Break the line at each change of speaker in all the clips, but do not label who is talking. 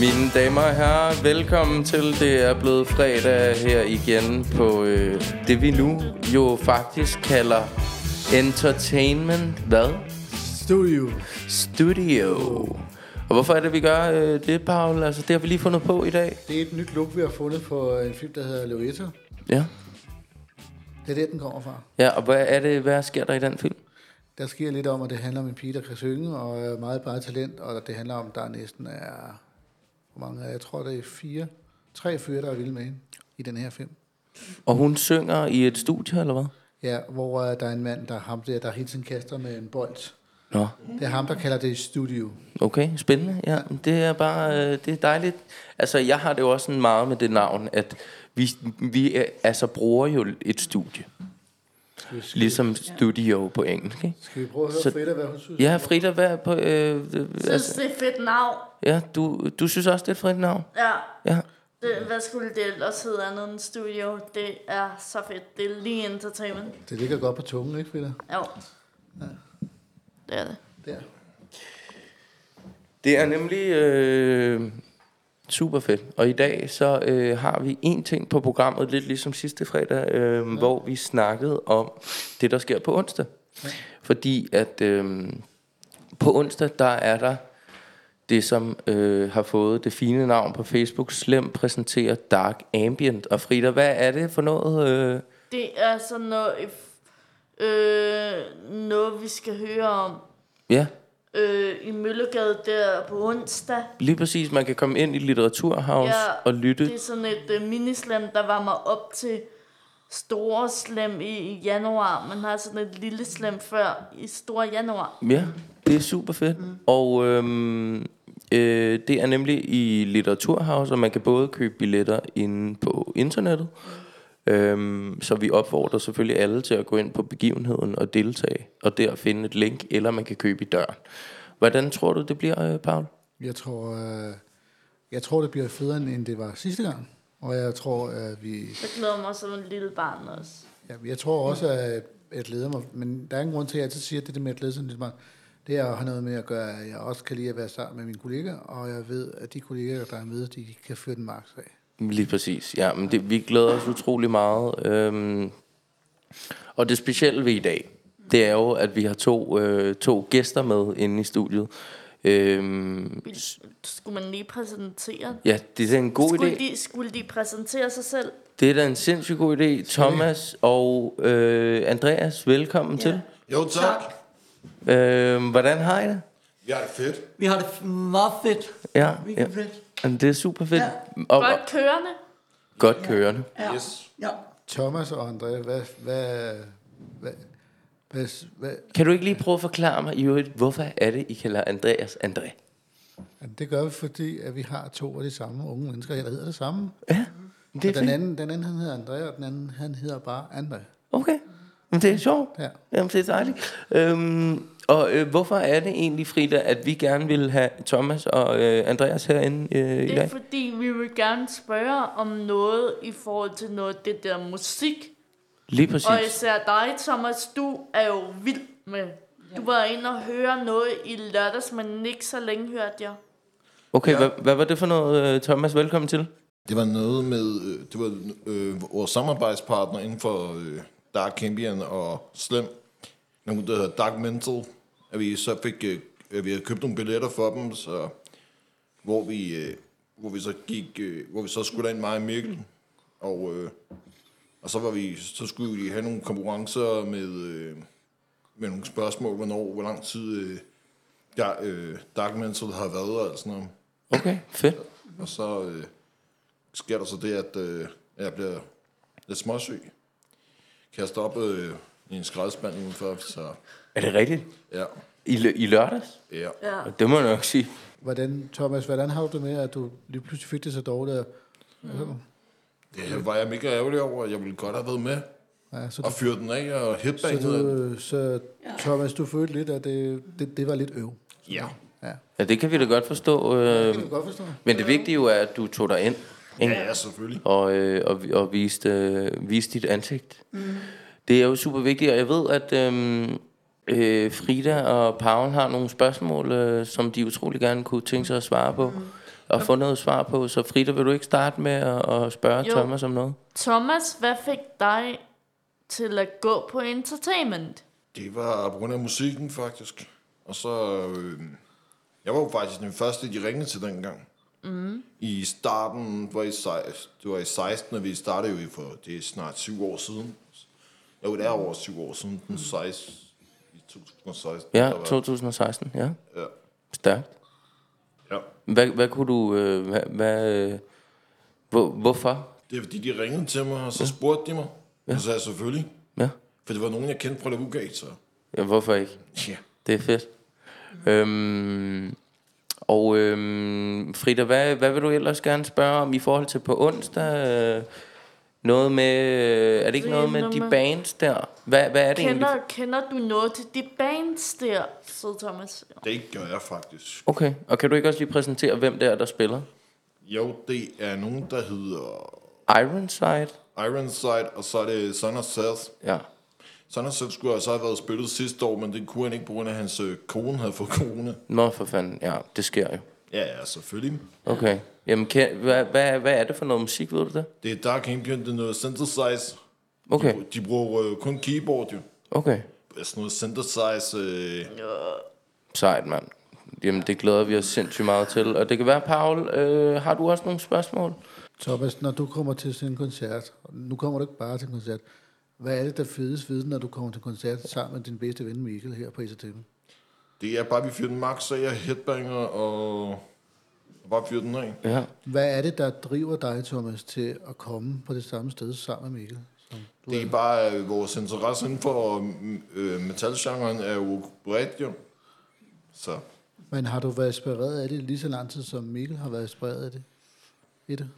Mine damer og herrer, velkommen til. Det er blevet fredag her igen på øh, det, vi nu jo faktisk kalder Entertainment hvad?
Studio.
Studio. Og hvorfor er det, vi gør øh, det, Paul? Altså, det har vi lige fundet på i dag.
Det er et nyt look, vi har fundet på en film, der hedder Loreto.
Ja.
Det er der, den kommer fra.
Ja, og hvad er det, hvad sker der i den film?
Der sker lidt om, at det handler om en pige, der kan synge, og er meget bare talent, og det handler om, at der næsten er, hvor mange er, jeg tror, det er fire, tre fyre, der er vilde med hende i den her film.
Og hun synger i et studie, eller hvad?
Ja, hvor øh, der er en mand, der, ham der, der hele tiden kaster med en bold.
Nå,
Det er ham, der kalder det studio.
Okay, spændende. Ja, det er bare øh, det er dejligt. Altså, jeg har det jo også sådan meget med det navn, at vi, vi øh, altså bruger jo et studie,
Skal vi, skal,
ligesom studio på engelsk. Ikke?
skal vi prøve at høre
Så-
så, Frida, hvad hun synes?
Ja, Frida, hvad er på... Øh, øh,
Jeg synes,
altså,
det er fedt navn.
ja, du, du synes også, det er et frit navn?
Ja.
Ja.
Det, hvad skulle det ellers hedde andet end studio? Det er så fedt. Det er lige entertainment.
Det ligger godt på tungen, ikke Frida?
Jo. Det er det.
Der.
Det er nemlig øh, super fedt. Og i dag så øh, har vi en ting på programmet, lidt ligesom sidste fredag, øh, ja. hvor vi snakkede om det, der sker på onsdag. Ja. Fordi at øh, på onsdag, der er der det, som øh, har fået det fine navn på Facebook, Slem præsenterer Dark Ambient. Og Frida, hvad er det for noget? Øh,
Det er sådan noget, øh, noget vi skal høre om
ja,
øh, i Møllegade der på onsdag.
lige præcis. Man kan komme ind i Litteraturhouse ja,
Ja,
og lytte.
Det er sådan et øh, minislam, der var mig op til store slam i, i januar. Man har sådan et lille slam før i store januar.
Ja, det er super fedt. Mm. Og øhm, øh, det er nemlig i Litteraturhouse, og man kan både købe billetter inde på internettet. Øhm, så vi opfordrer selvfølgelig alle til at gå ind på begivenheden og deltage, og der finde et link, eller man kan købe i døren. Hvordan tror du, det bliver, øh, Paul?
Jeg tror, øh, jeg tror, det bliver federe, end det var sidste gang. Og jeg tror, at vi
Jeg glæder mig som en lille barn også.
Ja, jeg tror også, at jeg glæder mig, men der er ingen grund til, at jeg altid siger, at det der med at glæde sig lidt meget, det er- har noget med at gøre, at jeg også kan lide at være sammen med mine kollegaer, og jeg ved, at de kollegaer, der er med, de kan føre den maks af.
Lige præcis, ja. Men det, vi glæder os utrolig meget. Øhm, og det specielle ved i dag, det er jo, at vi har to, øh, to gæster med inde i studiet. Øhm,
Skulle man lige præsentere?
Ja, det er da en god
Skulle
idé.
de, skulle de præsentere sig selv?
Det er da en sindssygt god idé. Thomas og øh, Andreas, velkommen ja. til.
Jo tak.
Øh, hvordan har I det?
Jeg er fedt.
Vi har det f- meget fedt.
Ja,
Mega
ja.
fedt.
Jamen, det er super fedt.
Ja.
Og, og
Godt kørende.
godt kørende.
Ja.
Yes.
Ja.
Thomas og André, hvad, hvad, hvad, hvad, hvad
Kan du ikke lige prøve at forklare mig, i øvrigt, hvorfor er det, I kalder Andreas André?
jamen, det gør vi, fordi at vi har to af de samme unge mennesker, der hedder det samme.
Ja, det er
Og den
fedt.
anden, den anden, han hedder André, og den anden, han hedder bare André.
Okay, Men det er sjovt.
Ja.
Jamen, det er dejligt. Øhm, og øh, hvorfor er det egentlig, Frida, at vi gerne vil have Thomas og øh, Andreas herinde øh, i
Det er
dag?
fordi, vi vil gerne spørge om noget i forhold til noget af det der musik.
Lige præcis.
Og især dig, Thomas, du er jo vild med. Du var inde og høre noget i lørdags, men ikke så længe hørte jeg.
Okay,
Ja.
hvad, hvad var det for noget, øh, Thomas? Velkommen til.
Det var noget med, øh, det var øh, vores samarbejdspartner inden for øh, Dark Cambian og Slim. Nogle, der hedder Dark Mental. At vi så fik, øh, at vi havde købt nogle billetter for dem, så, hvor vi, øh, hvor vi så gik, øh, hvor vi så skulle ind mig og Mikkel. Og, øh, og så var vi, så skulle vi have nogle konkurrencer med, øh, med nogle spørgsmål, hvornår, hvor lang tid øh, der, øh, Dark Mental har været og sådan noget.
Okay, fedt.
Og så øh, sker der så det, at øh, jeg bliver lidt småsyg. Kaster op øh, i en skraldespand udenfor, så
Er det rigtigt?
ja,
I, lø- i lørdags?
ja.
Ja.
Og det må jeg nok sige.
Hvordan, Thomas, hvordan har du det med, at du lige pludselig fik det så dårligt? at-
Det var jeg mega ærgerlig over, jeg ville godt have været med.
Ja, så du
Og fyre den af og
Så,
headbanget. den.
du, så Thomas, du følte lidt, at det, det, det var lidt øv.
Ja.
Ja.
Ja, det kan vi da godt forstå. Øh,
Det kan du godt forstå.
men det vigtige jo er, at du tog dig ind. Ikke?
Ja, selvfølgelig.
og, øh, og, og viste, øh, viste dit ansigt. Mm. Det er jo super vigtigt, og jeg ved, at øh, øh, Frida og Paven har nogle spørgsmål, øh, som de utrolig gerne kunne tænke sig at svare på. Mm. at få noget svar på. Så Frida, vil du ikke starte med at, at spørge
Jo.
jo. Thomas om noget?
Thomas, hvad fik dig til at gå på entertainment?
Det var på grund af musikken, faktisk. Og så... Øh, jeg var jo faktisk den første, de ringede til dengang. Mm. I starten, var i, sej- det var i 16, og vi startede jo i for, det er snart syv år siden. Jo, det er over syv år siden, den 16, i 2016.
Ja,
der var-
2016, ja.
Ja.
Stærkt.
ja.
Hvad, hvad kunne du... Øh, hvad, hvad, øh, hvor, hvorfor?
Det er fordi, de ringede til mig, og så spurgte de mig. Ja. Og så sagde jeg selvfølgelig.
Ja.
For det var nogen, jeg kendte fra Lavugate, så...
ja, hvorfor ikke?
Ja.
Det er fedt. Øhm, og øhm, Frida, hvad, hvad vil du ellers gerne spørge om i forhold til på onsdag? Øh, noget med... øh, Er det ikke
Det
noget
er
med
noget
de
med-
bands der? Hvad, hvad er det egentlig?
Kender, kender du noget til de bands der, så Thomas?
Det gør jeg faktisk.
Okay, og kan du ikke også lige præsentere, hvem det er, der spiller?
Jo, det er nogen, der hedder
Ironside?
Ironside, og så er det Son of Seth.
Ja.
Son of Seth skulle altså have været spillet sidste år, men det kunne han ikke, på grund af at hans øh, kone havde fået corona.
Nå for fanden, ja, det sker jo.
Ja, ja, selvfølgelig.
Okay. Jamen, kan, hvad, hvad, hvad er det for noget musik, ved du det?
Det er Dark Ambient, det er noget synthesize.
Okay,
De bruger øh, kun keyboard, jo.
okay.
Sådan noget synthesize. Øh,
Sejt, mand. Jamen, det glæder vi os sindssygt meget til. Og det kan være, Paul, øh, har du også nogle spørgsmål?
Thomas, når du kommer til sådan en koncert, og nu kommer du ikke bare til en koncert, hvad er det, der fedes viden, når du kommer til en koncert sammen med din bedste ven Mikkel her på Esotem?
det er bare, vi fyrer den max af, headbanger og... og bare fyrer den af.
Ja.
Hvad er det, der driver dig, Thomas, til at komme på det samme sted sammen med Mikkel? Som du
Det er bare, øh, vores interesse inden for øh, metalgenren er jo bredt, jo. Så
Men har du været inspireret af det lige så lang tid, som Mikkel har været inspireret af det? I det?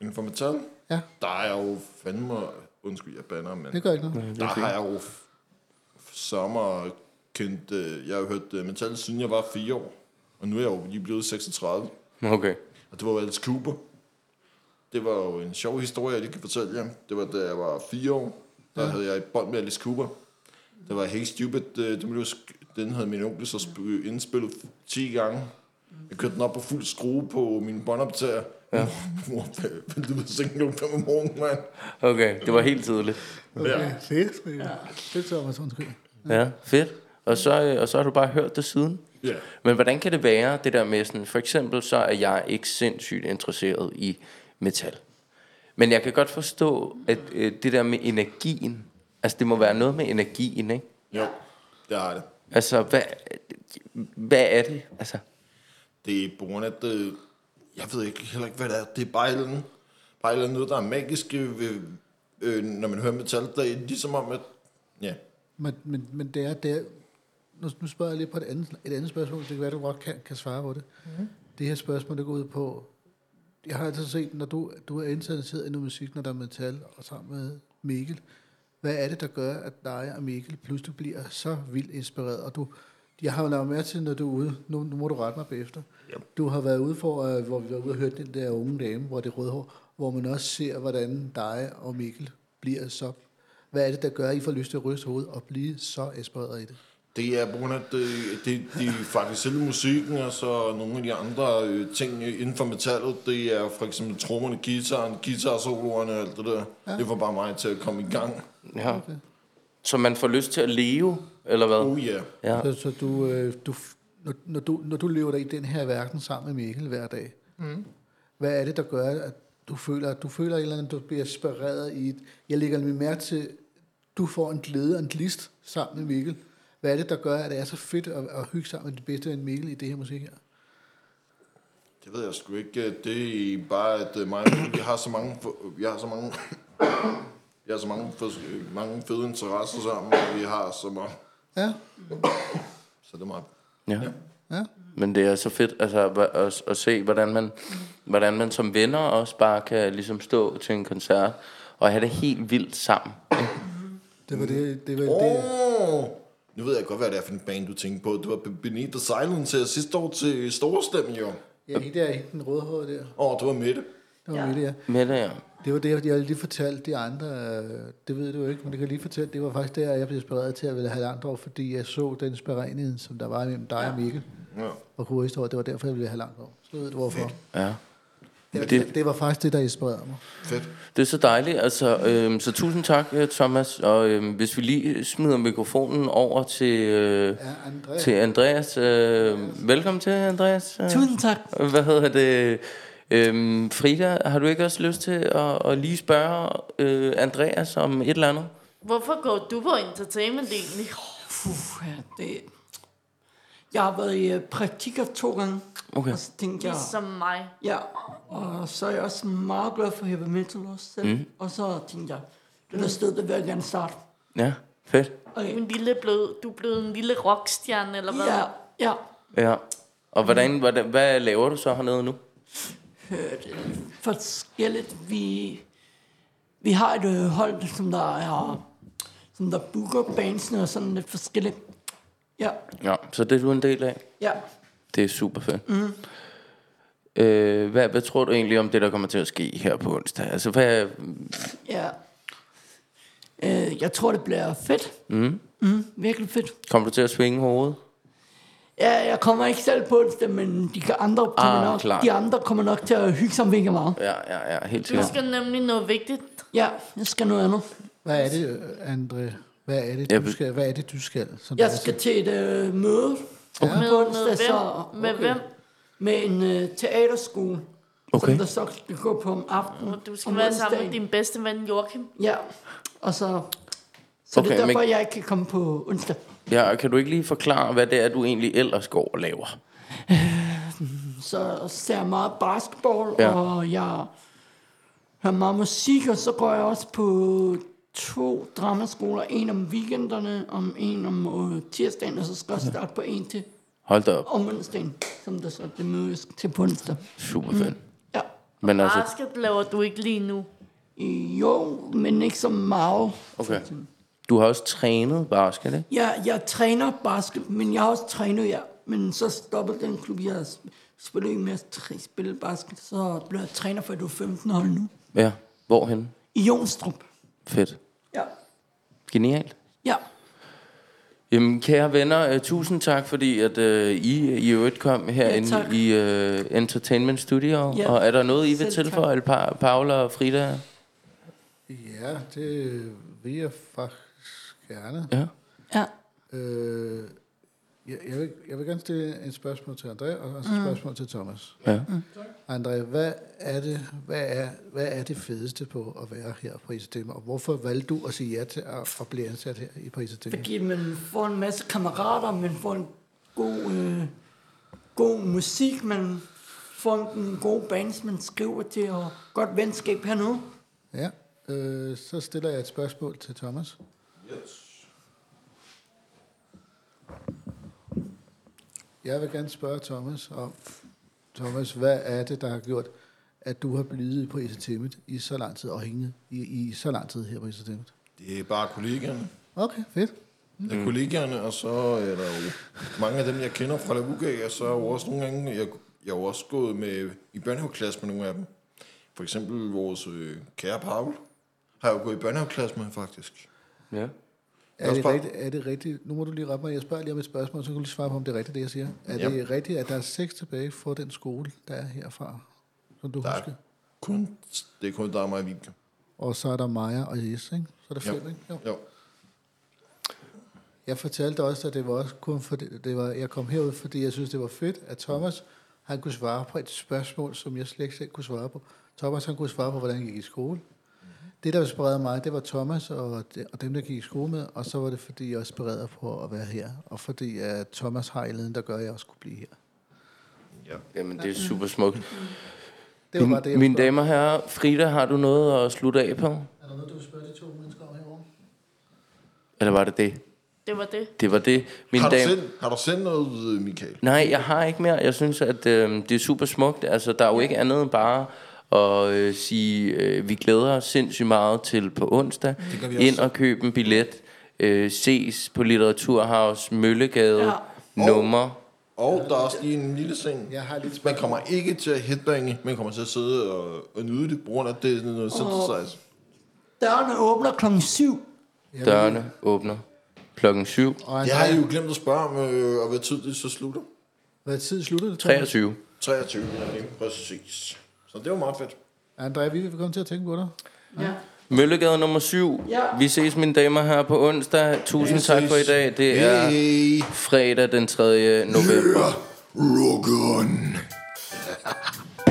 inden for metal,
Ja,
der er jeg jo fandme... Undskyld, jeg banner, men...
det gør ikke noget.
Der har jeg jo f- f- sommer kendt, øh, jeg har jo hørt øh, metal siden jeg var fire år, og nu er jeg jo lige blevet 36,
Okay.
og det var jo Alice Cooper. Det var jo en sjov historie, jeg lige kan fortælle jer. Det var, da jeg var fire år, der havde jeg et bånd med Alice Cooper. Det var Hey Stupid, øh, den, blev, sk- den havde min onkel så sp- øh, indspillet 10 gange. Jeg kørte den op på fuld skrue på min båndoptager. Ja. Mor, hvad du ved, sengen kl. 5 om morgenen, mand.
Okay, det var helt tydeligt.
Ja.
Okay, fedt. Mikkel. Fedt, Thomas, undskyld.
Ja, fedt. Og så, øh, og så har du bare hørt det siden?
Ja.
Men hvordan kan det være, det der med sådan, for eksempel så er jeg ikke sindssygt interesseret i metal. Men jeg kan godt forstå, at øh, det der med energien, altså det må være noget med energien, ikke?
Jo, det har det.
Altså, hvad, hvad er det? Altså,
Det er på grund af, at øh, jeg ved ikke, heller ikke, hvad det er. Det er bare et eller andet, bare et eller andet noget, der er magisk, øh, ved, øh, når man hører metal. Der er ligesom om, at... Ja,
Men, men, men det er, det er nu, nu spørger jeg lige på et andet, et andet spørgsmål, det kan være, du godt kan, kan svare på det. Mm-hmm. Det her spørgsmål, det går ud på, jeg har altid set, når du, du er interesseret i noget musik, når der er metal, og sammen med Mikkel, hvad er det, der gør, at dig og Mikkel pludselig bliver så vildt inspireret? Og du, jeg har jo lavet mærke til, når du er ude, nu, nu må du rette mig bagefter, yep. du har været ude for, øh, hvor vi var ude og hørte den der unge dame, hvor det er rødhår, hvor man også ser, hvordan dig og Mikkel bliver så hvad er det, der gør, at I får lyst til at ryste hovedet og blive så inspireret i det?
det er på grund af, at det, det, det er faktisk selve musikken, og så nogle af de andre øh, ting øh, inden for metallet. Det er for eksempel trommerne, guitaren, guitar-soloerne og alt det der. Ja. Det får bare mig til at komme i gang.
ja. Okay. Så man får lyst til at leve, eller hvad?
Oh yeah.
Ja.
Så, så du, øh, du, f- når, når, du, når du lever dig i den her verden sammen med Mikkel hver dag, mm. hvad er det, der gør, at du føler, at du føler et eller andet, du bliver inspireret i et, jeg lægger nemlig mærke til, du får en glæde og en glist sammen med Mikkel. Hvad er det, der gør, at det er så fedt at, at hygge sammen med det bedste ven Mikkel i det her musik her?
Det ved jeg sgu ikke. Det er bare, at øh, mig, vi har så mange, for- vi har så mange, vi har så mange, fors- øh, mange fede interesser sammen, og vi har så mange,
Ja,
så det er meget.
Ja.
ja.
Men det er så fedt altså, hva- at, at se, hvordan man, hvordan man som venner også bare kan ligesom stå til en koncert og have det helt vildt sammen.
Det var det, det var det.
Åh! Nu ved jeg godt, hvad det er for en band, du tænker på. Det var Beneath the Silence her sidste år til Storestem, jo.
Ja, hende der, hende den rødhårede der.
Åh, det var Mette.
Det var ja. Mikkel, ja.
Med det, ja.
Det var det, jeg lige fortalte de andre, øh, det ved du ikke, men det kan jeg lige fortælle, det var faktisk der, jeg blev inspireret til at ville have Landorf, fordi jeg så den spirænighed, som der var mellem dig og Mikkel.
Ja.
og kurhistorie. Det var derfor, jeg ville have langt over. Så ved du hvorfor.
Ja. Men
Det,
det-
det, det var faktisk det, der inspirerede mig.
Fedt.
Det er så dejligt. Altså, øhm, så tusind tak, øh, Thomas. Og øhm, hvis vi lige smider mikrofonen over til, øh,
Ja, Andreas.
til Andreas. Øh, velkommen til, Andreas. Øh,
Tusind tak.
Hvad hedder det? Øhm, Frida, har du ikke også lyst til at, at lige spørge øh, Andreas om et eller andet?
Hvorfor går du på entertainment egentlig?
Puh, ja, det... Jeg har været i øh, praktikker to gange.
Okay.
Og så tænkte jeg...
Ligesom mig.
Ja, og så er jeg også meget glad for heavy metal også selv. Mm. Og så tænkte jeg, det der sted, det vil jeg gerne starte.
Ja, fedt.
Og,
Du er, en lille blød, du er blevet en lille rockstjerne, eller hvad?
ja, ja.
Ja. Og hvordan, hvordan, hvad laver du så hernede nu?
Hørt forskelligt. Vi, vi har et øh, hold, som der er som der booker bandsene og sådan lidt forskelligt. Ja,
Ja, så det er du en del af.
ja.
Det er super fedt. Mm. Øh, hvad, hvad tror du egentlig om det, der kommer til at ske her på onsdag? Altså, hvad,
Ja. Øh, jeg tror, det bliver fedt. Mm. Mm, virkelig fedt.
kommer du til at svinge hovedet?
Ja, jeg kommer ikke selv på det, men de kan- andre, kommer nok,
klart.
de andre kommer nok til at hygge sig mega meget.
Ja, ja, ja, helt
Du
sikkert.
skal nemlig noget vigtigt.
Ja, jeg skal noget andet.
Hvad er det, Andre? Hvad er det,
Jeg
du
vil-
skal? Hvad er det, du skal? Som
Jeg
der er
skal til et øh, møde okay.
Med,
på
med
onsdag,
hvem?
så,
Med hvem?
med en øh, teaterskole,
Okay.
som der så skal gå på om aftenen.
Du skal
om
være sammen med
onsdagen.
din bedste ven, Joachim.
Ja, og så... Så okay,
Okay,
det er
men-
derfor, jeg ikke kan komme på onsdag.
Ja, og kan du ikke lige forklare, hvad det er, du egentlig ellers går og laver?
så ser jeg meget basketball,
Ja.
ja. og jeg hører meget musik, og så går jeg også på to dramaskoler, en om weekenderne, om en om øh, tirsdagen, og så skal jeg starte på en til
Hold da op.
om onsdagen, som der så er det mødes til på onsdag.
Super fedt.
Ja.
Men altså,
Basket laver du ikke lige nu.
Jo, men ikke så meget.
okay. Du har også trænet basket, ikke?
Jeg, jeg træner basket, men jeg har også trænet, ja. Men så stoppede den klub, jeg sp- spillede i med at træ- spille basket, så blev jeg træner for, at du 15 hold nu.
Ja. Hvorhen?
I Jonstrup.
Fedt.
Ja.
Genialt.
Ja,
Jamen, kære venner, uh, tusind tak, fordi at uh, I i øvrigt kom herinde
tak.
i uh, Entertainment Studio.
Ja.
Og er der noget, I vil
Selv tak.
tilføje, pa- Paula og Frida?
Ja, det vil jeg faktisk gerne.
Ja.
ja,
Øh, jeg, jeg, vil, jeg vil gerne stille et spørgsmål til André, og også et spørgsmål til Thomas.
Ja.
André, hvad er, det, hvad, er, hvad er det fedeste på at være her på ICDM, og hvorfor valgte du at sige ja til at, at blive ansat her i på ICDM?
fordi man får en masse kammerater, man får en god, øh, god musik, man får en god bands, man skriver til, og godt venskab hernede.
Ja, øh, så stiller jeg et spørgsmål til Thomas.
Yes.
Jeg vil gerne spørge Thomas om, Thomas, hvad er det, der har gjort, at du har blivet på ICDM i så lang tid, og hænget i, i så lang tid her på ICDM?
Det er bare kollegaerne.
Okay, fedt.
Det
Mm.
er kollegaerne, og så er der jo mange af dem, jeg kender fra Lavuga, og så er jo også nogle gange, jeg, jeg er jo også gået med i børnehaveklasse med nogle af dem. For eksempel vores øh, kære Paul har jeg jo gået i børnehaveklasse med, faktisk.
ja.
Er
Jeg
det,
spørger-
rigtigt, er det rigtigt? Nu må du lige rette mig. Jeg spørger lige om et spørgsmål, så kan du lige svare på, om det er rigtigt, det jeg siger. Er
Ja.
det rigtigt, at der er seks tilbage fra den skole, der er herfra, som du
Der er
husker?
kun, det er kun der er mig og Vibke.
Og så er der Maja og Jes, ikke? Så er der
Jo.
fem, ikke? Jo.
Jo.
Jeg fortalte også, at det var også kun fordi, det var, jeg kom herud, fordi jeg synes, det var fedt, at Thomas, han kunne svare på et spørgsmål, som jeg slet ikke selv kunne svare på. Thomas, han kunne svare på, hvordan han gik i skole.
Mm-hmm.
Det, der inspirerede mig, det var Thomas og, de- og dem, der gik i skole med, og så var det, fordi jeg også inspirerede på at være her, og fordi at Thomas har et eller andet, der gør, at jeg også kunne blive her.
Jamen, det er super smukt.
Det var
Min,
bare det, jeg
mine
ville
damer og herrer, Frida, har du noget at slutte af på?
spørge. Er der noget, du vil spørge de to mennesker om herovre?
Eller var det det?
Det var det.
Det var det. Mine
Har, du
damer...
sendt, har du sendt noget, øh, Michael?
Nej, jeg har ikke mere. Jeg synes, at øh, det er super smukt. Altså, der er jo ikke andet end bare at øh, sige, øh, vi glæder os sindssygt meget til på onsdag.
gør vi
Ind
også.
og køb en billet. Øh, ses på Litteraturhaus Møllegade
Ja.
nummer.
Og der er også lige en lille ting.
Jeg har lidt
Man kommer ikke til at headbange, man kommer til at sidde og, og nyde det, på grund af det er noget synthesizer.
Dørene åbner klokken 7.
Dørene åbner klokken syv.
Og
Jeg har
André,
jo glemt at spørge om, øh, og hvad tid det så slutter.
Hvad tid sluttede det?
23.
23, ja, præcis. Så det var meget fedt.
Andrea, vi vil komme til at tænke på dig.
Ja.
Møllegade nummer 7.
Ja.
Vi ses, mine damer, her på onsdag. Tusind
Vi
tak for i
ses.
dag. Det er
Hey,
fredag den 3. november.
rock on.